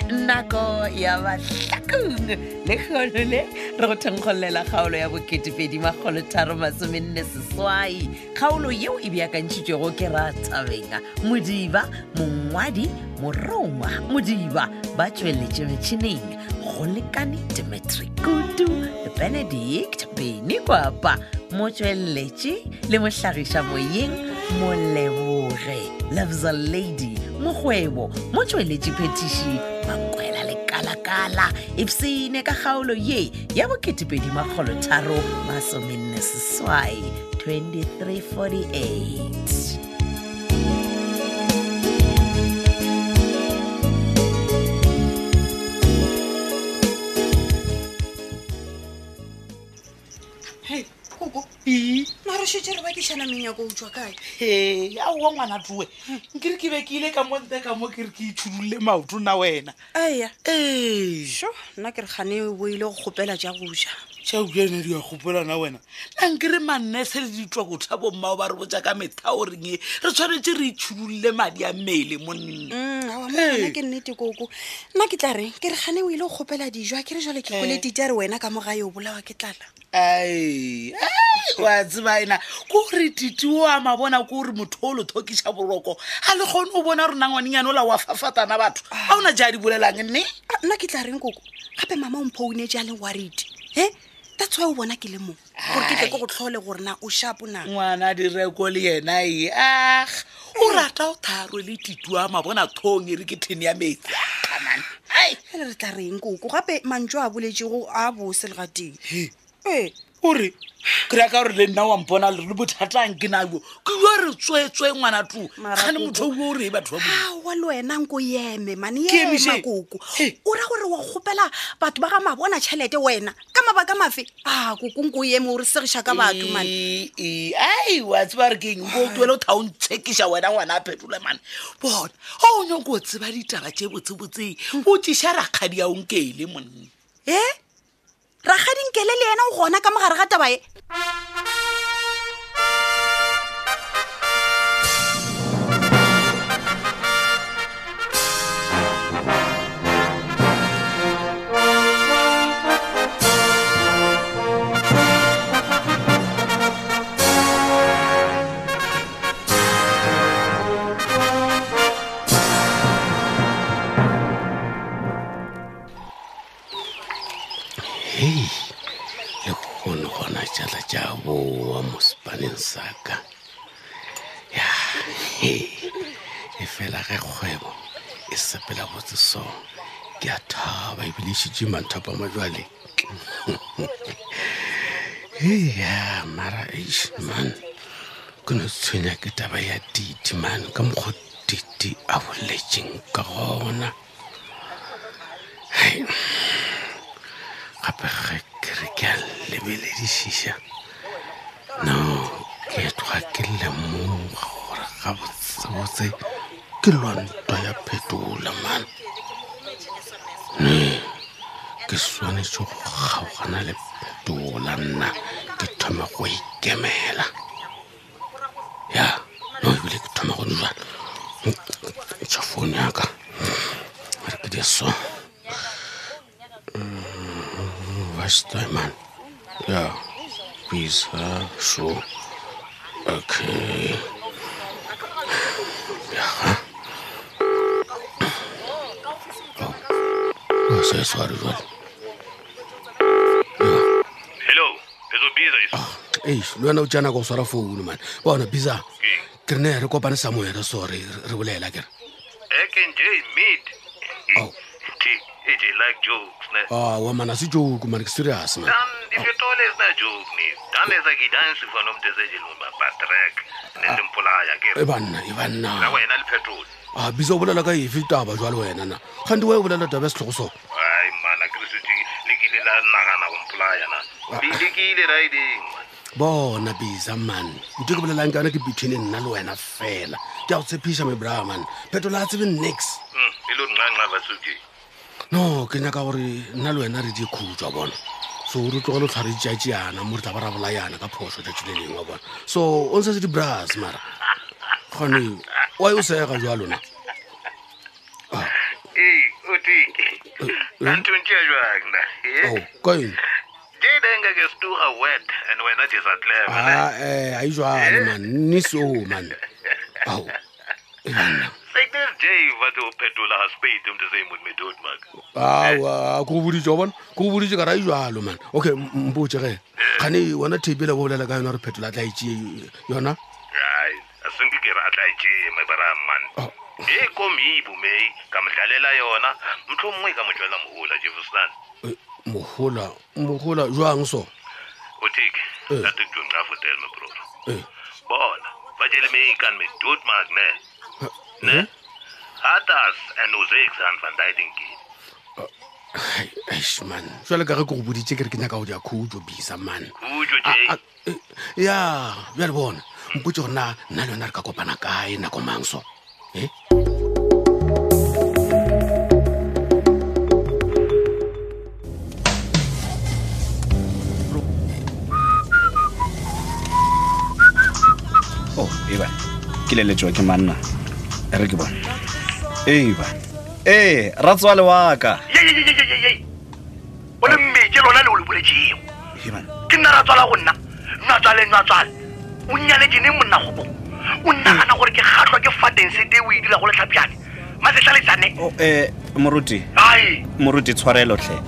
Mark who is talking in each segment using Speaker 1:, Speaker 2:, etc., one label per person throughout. Speaker 1: nako ya mahlakong le kgolo le re go thenkgolela kgaolo ya boketepedi magolotaro masomenne seswai kgaolo yeo e beakantšhitšwego ke ratabeng modiba mongwadi morongwa modiba ba tsweletše metšhineng go lekane dimetri kutu benedict beny kwapa motsweletše le mohlagiša moyeng moleboge lovesa lady mokgwebo motsweletše phetiši mankwela lekalakala epsene ka kgaolo ye ya boketepedi makgolotharo masomenne seswai 2348
Speaker 2: hei koko
Speaker 3: mare šetse re bakišana menyako utswa kae
Speaker 2: he aowa ngwana tloe nkere ke be ke ile ka mo nte ka mo kere ke ithudulle maoto na wena
Speaker 3: aya
Speaker 2: ee
Speaker 3: so nna ke re gane bo ile go kgopela ja go ja
Speaker 2: tšaokeane di a kgopelana wena na nkere mannese le ditswa kotha bommao ba re botja ka methao reng e re tshwanetse re ithudulle madi a mmele monna
Speaker 3: awa
Speaker 2: Ee.
Speaker 3: mogona Mm, ke nnete koko nna ke tla reng ke re gane o ile go kgopela dijo a ke re jale ke
Speaker 2: Ee.
Speaker 3: koletite a re wena ka mo gae o bolawa ke tlala
Speaker 2: ai ai, wa tseba ena ke gore titi o a mabona ke gore motho o lethokiša boroko ga le kgone o bona rona ngwanenyane o la wa fafatana batho ga ona ja di bolelang nne
Speaker 3: Ah, nna ke tla reng koko gape mama o mphounetse a leng warete e that's why o bona ke le mo gore ke tle ke go tlhole gore na o shapo na
Speaker 2: ngwana direko le yena e aga o rata o tharo le titua mabona thong e re ke thene ya metsi Kamane. Ai,
Speaker 3: fele re tla reng koko gape mantso a boletsego a bose legateng
Speaker 2: he,
Speaker 3: ee
Speaker 2: o re kry-a ka gore le nna wampona le le bothatang ke nabo ke yo re tswetswe ngwana too
Speaker 3: Mara
Speaker 2: gane
Speaker 3: koko-
Speaker 2: motho o o re e batho ba bo
Speaker 3: awa le wena nko eme mane
Speaker 2: Ke
Speaker 3: ema
Speaker 2: eme she.
Speaker 3: koko
Speaker 2: He.
Speaker 3: o ra gore wa gopela batho ba ga mabona tšhelete wena ka mabaka mafe a koko nko eme o re segiša ka Ah, batho mane
Speaker 2: Ee, ee, E, ai wa tseba re ke eng ko tuele o thaontshekisa wena ngwana a phetole mane bona ga o nyako o tseba ditaba tse botsebotsee o tsiša rakgadi ao nkele monna
Speaker 3: e ragadinkele le ena o gona ka mogare ga taba e
Speaker 4: le kgone gona jala ja boa mo sepaneng saka ya he e fela ge kgwebo e sepela botse song ke a thaba ebile e šitše manthapo a majwaleng eya mara eish man ke no tshwenya ke taba ya didi man ka mokgwa didi a boletseng ka gona hai gape ge kere ke a lebeledišiša no ke tloga ke lemoga gore ga botsebotse ke lwanto ya phetola man ne ke swanetse go kgaogana le phetola nna ke thoma go ikemela ya no ebile ke thoma go dijalo tša founu yaka a re ke di so weißt du, Mann? Ja, Visa, so. Okay. Ja. Oh, sehr sorry, Mann.
Speaker 5: hello ezo biza iso
Speaker 4: Ei, le wena o tsena go swara founu man bona bisa
Speaker 5: Ee.
Speaker 4: ke re ne re kopane sa moere sore re re bolela kere
Speaker 5: eke nje imid
Speaker 4: Oh.
Speaker 5: nti ije like jokes ne
Speaker 4: awa man a se joke man ke serious man
Speaker 5: dan ifyotole ezina joke ni dan ezakidansi fanomntu ezenjelumba batrek
Speaker 4: Ah.
Speaker 5: nendimpulaya ke
Speaker 4: e banna e
Speaker 5: na
Speaker 4: banna
Speaker 5: wena lipetroli
Speaker 4: a bisa o bolela ka efe taba jwale wena na gante wa e bolela taba ya setlhogo sone
Speaker 5: hayi mana krisithi likile lanakana kumpulaya na
Speaker 4: Ah.
Speaker 5: likile riding
Speaker 4: bona bisa man ntho e ke bolelang ke yone ke between nna le wena fela ke a go tshepiša mebraa man phetola a tsebe nix
Speaker 5: ilo ndinqanqa basuke
Speaker 4: no ke nyaka gore nna le wena re dikhutswa bona so re tlogele tlhware tšeatšeana mo re tla ba ra bolayana ka phoso tšatši le lengwe bona so o ntse se di-bras mara e gone wa o sega jwa lona
Speaker 5: eyi uthi a nthuntšea jang na Eh?
Speaker 4: ao Eh, Oh, ka eng
Speaker 5: jedenka ke stura wet and wena jesa
Speaker 4: Ah,
Speaker 5: tlema
Speaker 4: eh, ha ijwale man nnis oo man ao banna
Speaker 5: seknes j ba tse go phetola ga spade mnte se imot medod mak
Speaker 4: aa ko go boditse wa bona ko go boditse ka ra ijalo e man okay m- mpotse ge gane wona thepela bo bolela ka yona re phetola a tla etsee yona
Speaker 5: hayi asinke ke re a tla ejema bara man
Speaker 4: Oh.
Speaker 5: e komibu mei ka mo dlalela yona mohlomongwe ka mo jwela mogola jefferson
Speaker 4: Eh, mogola mogola jwang so
Speaker 5: uthike
Speaker 4: Eh.
Speaker 5: lati kujoncafotel mebroro
Speaker 4: Eh.
Speaker 5: bona batshele meikan medod mak ne
Speaker 4: eh?
Speaker 5: ne hatas and uzek san van dydenkini
Speaker 4: Eish, man jwale ka ge ke go boditse ke re ke nyaka go ja khoujo bisa man
Speaker 5: kujo j
Speaker 4: A- a- eh, ya bjale bona mpotse gore na nna le yona re ka kopana kae nako mang so e
Speaker 6: o eba Oh, ke leletswa ke manna E re ke bone eba ee ratswa le waka
Speaker 5: yeyeyeyeyeyey o le mmetse lona le o le boletsego
Speaker 6: Heman.
Speaker 5: ke nna ratswala go nna nnatswale nnatswale o nnyaletsene monna gobo o nnagana gore ke kgatlhwa ke fatense te o e dira go letlhapjane masetlhaletsane
Speaker 6: O, eh, moruti
Speaker 5: ai
Speaker 6: moruti tshwarelotlhe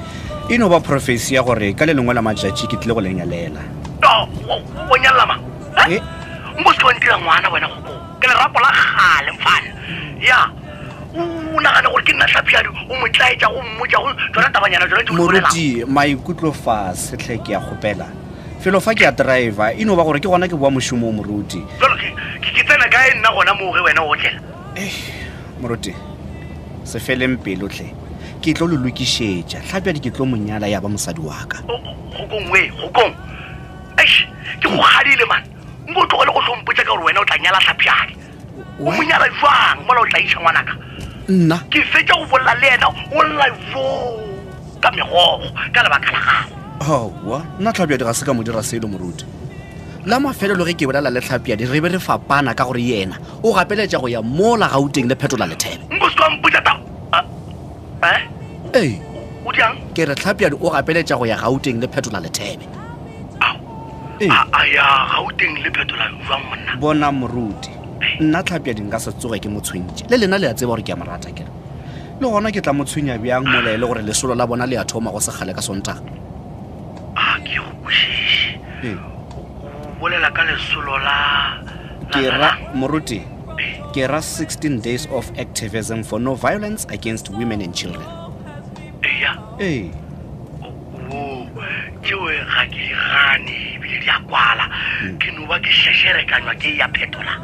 Speaker 6: e no ba profesi ya gore ka le lengwe la matšatši ke tlile go lenyalela
Speaker 5: to o nyalelama
Speaker 6: Eh.
Speaker 5: mbo se ke wa ntira ngwana wena gobo ke lerapo la gale mfane ya o nagane gore ke nna tlhapjane o mo tlaetsa go mmotsa go tsona tabanyana tsona tse o di bolelang.
Speaker 6: moruti maikutlo fa setlhe ke a kgopela felo fa ke a driver e no ba gore ke gona ke boa mošomo o moruti
Speaker 5: Jwale ke- ke ke tsena kae nna gona moo ge wena o tlela
Speaker 6: moruti se feleng pelotlhe ke tlo lo lokišetša tlhapjadi ke tlo monyala ya ba mosadi waka
Speaker 5: O- o- gokong we gokong eish ke go gadile man nko o tlogele go tlhompotsa ka gore wena o tla nyala tlhapiane o monyala jang mola o tla isa ngwanaka
Speaker 6: nna
Speaker 5: ke fetsa go bolela le ena o lla jo ka megogo ka lebaka la gago
Speaker 6: aowa nna tlhapiadi ga se ka mo dira selo moruti la mafelelo ge ke bolela le tlhapiadi re be re fapana ka gore yena o gapeletša go ya mola gauteng le phetola lethebe
Speaker 5: nko se kampotsa ta e
Speaker 6: ee
Speaker 5: o jang
Speaker 6: ke re tlhapiadi o gapeletša go ya gauteng le phetola lethebe
Speaker 5: ao
Speaker 6: Ee.
Speaker 5: a Ah, ya gauteng le phetola jang monna
Speaker 6: bona moruti nna tlhapiadi nka se tsoge ke motshwentši le lena le a tseba gore ke a morata kere le gona ke tla motshwenya bjang mola e le gore lesolo la bona le a thoma go sekgale ka sontaga
Speaker 5: a Ah, ke go kwešiše
Speaker 6: Ee.
Speaker 5: o bolela ka lesolo la la-
Speaker 6: ke
Speaker 5: la-
Speaker 6: ra
Speaker 5: la-
Speaker 6: moruti
Speaker 5: Eh.
Speaker 6: ke ra 16 days of activism for no violence against women and children
Speaker 5: eya
Speaker 6: ee
Speaker 5: oo tšeo ga ke di gane ebile di a kwala ke no ba ke šešerekanywa ke ya phetola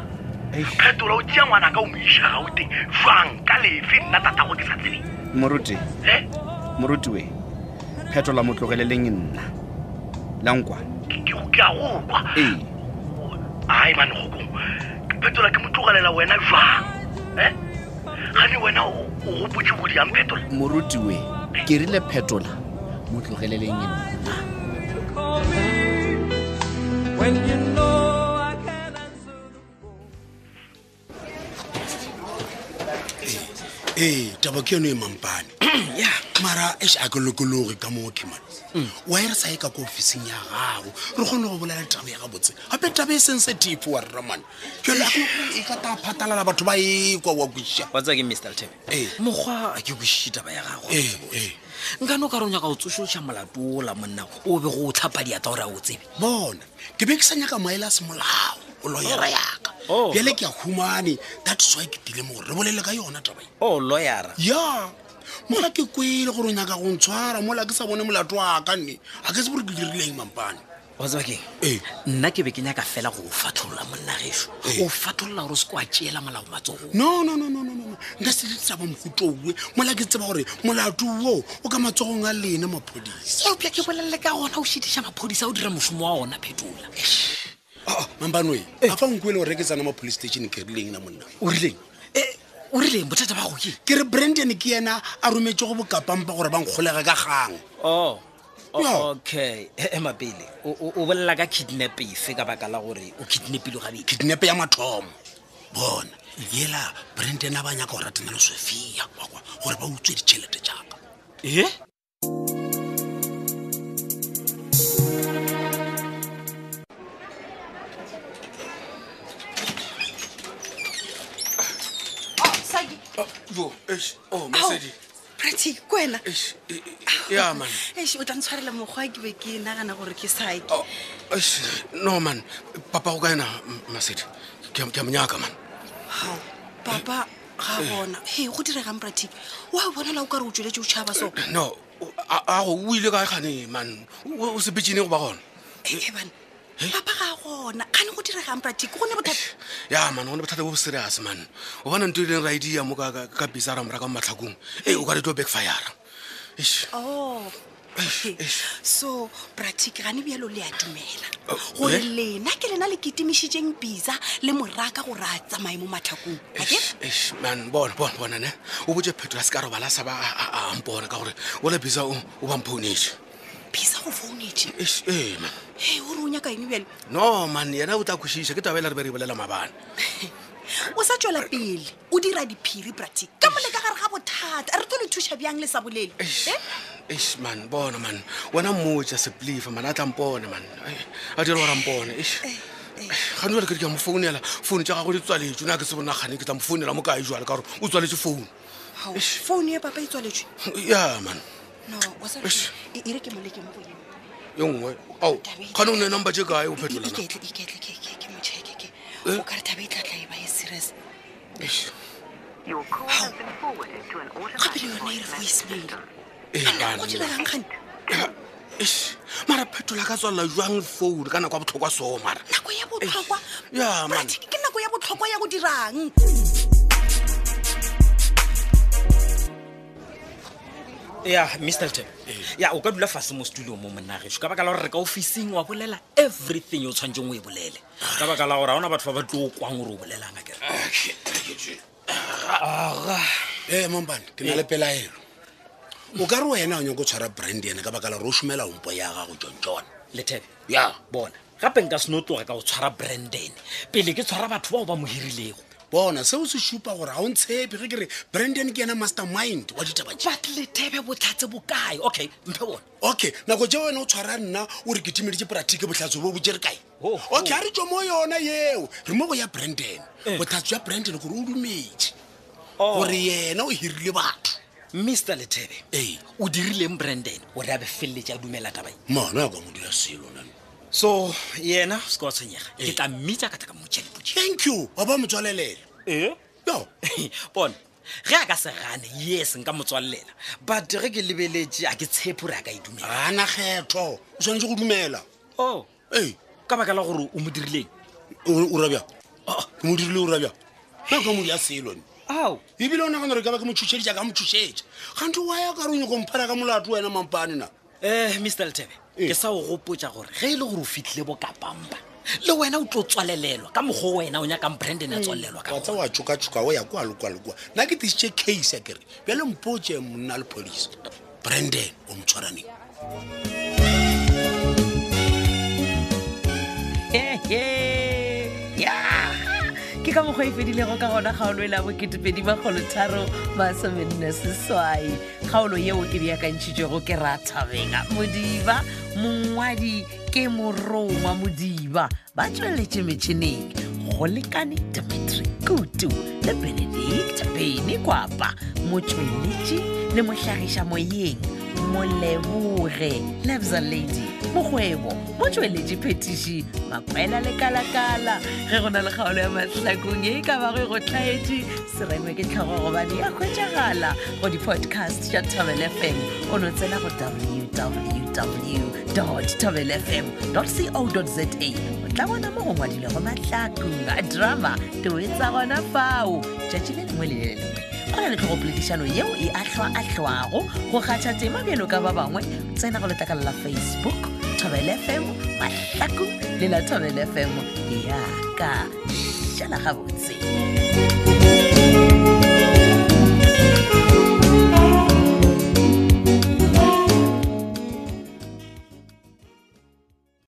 Speaker 6: Eish.
Speaker 5: phetola o tšea ngwana ka o mo iša gauteng jwang ka lefe nna tatago ke sa tsebeng
Speaker 6: moruti
Speaker 5: e
Speaker 6: moruti we phetola motlogeleleng nna la nkwa
Speaker 5: ke go- ke a go kwa
Speaker 6: ee
Speaker 5: ai mane gokong phetola ke mo tlogelela wena jwang e gane wena o o gopotse bodi yang phetola
Speaker 6: moruti we ke rile phetola motlogeleleng nna
Speaker 4: ee taba ke yone e mampane mara es a ke lokologe ka moo ke mane wa e re sa ye ka ko officing ya gago re kgone go bolela taba ya gabotse gape taba e sensitive wa rramane jale e ka ta phatalala batho ba ekwa wa kweša
Speaker 7: watsa ke mr tebe
Speaker 4: Ee.
Speaker 7: mokgwa a ke kwešiše taba ya gago
Speaker 4: Ee, ee.
Speaker 7: nkane o ka re o nyaka go tsošološa molato ola monna o be go o tlhapa diata gore a o tsebe
Speaker 4: bona ke be ke sa nyaka maele a semolao o loyera yaka
Speaker 7: Oh.
Speaker 4: bjale ke a humane that's why ke tile mo gore re bolele ka yona taba e
Speaker 7: o lawyer-a
Speaker 4: ya mola ke kwele gore o nyaka go ntshwara mola ke sa bone molato wa ka nne a ke se gore ke dirileng mampane
Speaker 7: wa tseba keng
Speaker 4: ee
Speaker 7: nna ke be ke nyaka fela go o fatholola monna gešo
Speaker 4: Ee.
Speaker 7: o fatholola gore o se ko a tseela molao matsogong
Speaker 4: no no no no no, no nka se ditaba mogotoue mola ke tseba gore molato wo o ka matsogong a lena maphodisa
Speaker 7: eopja ke bolelele ka gona o šediša maphodisa o dira mošomo wa ona phetola
Speaker 4: aa mampanoe ah, a fa nkuele gore ke tsana ma police station ke rileng na monna
Speaker 7: o rileng Eh, o rileng bothata ba go ke
Speaker 4: ke re brandon ke yena a rometse go bokapampa gore ba nkgolega ka gang
Speaker 7: oh o-
Speaker 4: Yeah.
Speaker 7: okay ema pele O- o o bolela ka kidnap efe ka baka la gore o kidnapile gabedi
Speaker 4: kidnape ya mathomo bona yela brandon a ba nyaka go ratana le sophia kwakwa gore ba utswe ditšhelete jaaka
Speaker 7: e
Speaker 4: Oh,
Speaker 3: prati ko wena
Speaker 4: e, ya man
Speaker 3: Eish, o tla ntshwarela mokgwa ke be ke nagana gore ke sake
Speaker 4: Oh, eish, no man papa go ka ena masedi ke a- ke a mo nyaka man
Speaker 2: Oh.
Speaker 3: gao papa ga a bona he go diregang pratic oa bonela o ka re o tsweletse o tšhaba so
Speaker 4: no o- a- ago o ile kae kgane man o sepetsene go ba gona
Speaker 3: ebane papa ga a gona kgane go diregang pratic go ne bothata
Speaker 4: ya man go ne bothata bo bo serious man o bona nto e leng raidea mo ka- ka ka bisa ramoraka mo matlhakong ee o ka re tlo backfire eish
Speaker 3: o
Speaker 4: Eish, eish.
Speaker 3: Oh, so pratic gane bjalo le a dumela
Speaker 4: Oh,
Speaker 3: gore
Speaker 4: eh?
Speaker 3: lena ke lena le ketemišitšeng bisa le moraka gore a tsamaye mo matlhakong ake
Speaker 4: Eish, eish, man bona bona bona ne o botse pheto a se ka robala sa ba a- a a mpona ka gore o le bisa o o ba mphounetse
Speaker 3: bisa go founetse
Speaker 4: eish ee man
Speaker 3: he o re o nyaka eng bjalo
Speaker 4: no man yena o tla kwešiša ke tabela re be re bolela mabane
Speaker 3: o sa tswela pele o dira diphiri pratic ka mole ka gare ga bothata a re tlo le thuša bjang le sa bolele
Speaker 4: Eish,
Speaker 3: Eh?
Speaker 4: eish, man bona man wena mmotsa seplifa man a tla mpone man Ai, a dire gore a mpone eish.
Speaker 3: Eh?
Speaker 4: gane jale ke re ke a mo founela founu tsa gago di tswaletse o ne a ke se bonagane ke tla mo founela mo kae jale ka gore o tswaletse founu
Speaker 3: Hao, founu ye papa e tswaletswe
Speaker 4: ya man
Speaker 3: no o sa
Speaker 4: Eish.
Speaker 3: ere ke mole ke mpoe
Speaker 4: e nngwe ao gane o ne number tse kae o
Speaker 3: E,
Speaker 4: phetola na?
Speaker 3: iketle iketle ke- ke ke mo cheke ke
Speaker 4: Eh?
Speaker 3: o ka re taba e tlatla e ba e serious
Speaker 4: Eish,
Speaker 8: Your call has been forwarded to an
Speaker 3: gape le
Speaker 8: automatic
Speaker 3: yone e re
Speaker 8: voice message system.
Speaker 3: voicemail
Speaker 4: eh,
Speaker 3: go
Speaker 4: man, man.
Speaker 3: diregang gane
Speaker 4: Eish, mara phetola ka tswalela jang founu ka nako ya botlhokwa seo mara
Speaker 3: nako ya botlhokwa
Speaker 4: Eish, ya, man.
Speaker 3: Pratic, ke nako ya botlhokwa ya go dirang
Speaker 7: ya mrton ya o ka dula fase mo setulong mo monageso ka baka la gore re ka officing wa bolela everything o tshwanetseng o e bolele ka baka la gore ga ona batho ba ba tlo kwang gore o bolelang a kere
Speaker 9: ee mompane ke na le pelaelo o ka re wena o nyako tshwara brand ene ka baka la gore o somela ompo ya gago tsontsone
Speaker 7: lethebe
Speaker 9: ya
Speaker 7: bona gape nka seno tloga ka go tshwara branden pele ke tshwara batho bao ba mo hirilego
Speaker 9: bona seo se supa gore ga o ntshepe ge ke re branden ke yena master mind wa ditaba tje
Speaker 7: but lethebe botlhatse bokae okay mphe bona
Speaker 9: okay nako je wena o tshwara nna o re ke timeditse poratike botlhatso bo botse re kae
Speaker 7: Oh, oh.
Speaker 9: okay ga re tswa mo yona yeo re mo go ya branden botlhatso ya branden gore o dumetse gore yena o hirile batho
Speaker 7: mr lethebe
Speaker 9: ee
Speaker 7: o dirileng branden gore a be feleletse a dumela e. tabae
Speaker 9: mona a ka mo dira selona
Speaker 7: so yena se ka wa tshwenyega ke tla mmitsa ka tla ka motšha dipotše
Speaker 9: thank you wa ba motswalelela yo
Speaker 7: bona ge a ka se gane yes nka mo tswalela but ge ke lebeletse a ke tshepo re a ka e dumela
Speaker 9: ana kgetho o tshwanetse go dumela
Speaker 7: o
Speaker 9: ee
Speaker 7: ka baka la gore o mo dirileng
Speaker 9: o rabja ke mo dirile o rabja na ka mo ya selone
Speaker 7: ao
Speaker 9: ebile o nagana gore ka ba ke mo thušeditša ka mo thušetša gante e wa ya ka re o nyako mphela ka molato wena mampane na
Speaker 7: um mr letebe ke sa o gopotsa gore ge e le gore o fitlhile bokapampa le wena o tlo tswalelelwa ka mokgwa o wena o nyakang branden a tswalelelwa ka
Speaker 9: wa tsa wa tšoka-tšoka o ya kwa le kwa le kwa nna ke tišitše case ya kere bjale mpotse monna le police branden o mo tshwaraneng
Speaker 1: Hehe. Ya. ke ka mokgwa e fedilego ka gona kgaolo e la bo2edimagolotharo masomenne seswai kgaolo yeo e beakantšhitšwego ke rathabega modiba mongwadi ke moroma modiba ba tsweletše metšhineng go lekane dimitri kutu le benedict beny kwapa motsweletši le mohlagiša moyeng moleboge lebza lady mokgwebo motsweletši phetiši makwela le kalakala ge go na le kgaolo ya mahlakong ye e ka bago e go tlaetše serengwe ke tlhogo gobane ya hwetšagala go di-podcast tša tobel fm o no tsena go www tobel fm co za o tla bona mo go ngwadilego mahlakong a drama toetsa gona fao tšatši le lengwe le le lengwe go na le tlhogopoledišano yeo e ahlwa-ahlwago go kgatšha tema bjalo ka ba bangwe tsena go letlakala la facebook thobel fm mahlaku le la thobel fm yaka šala gabotse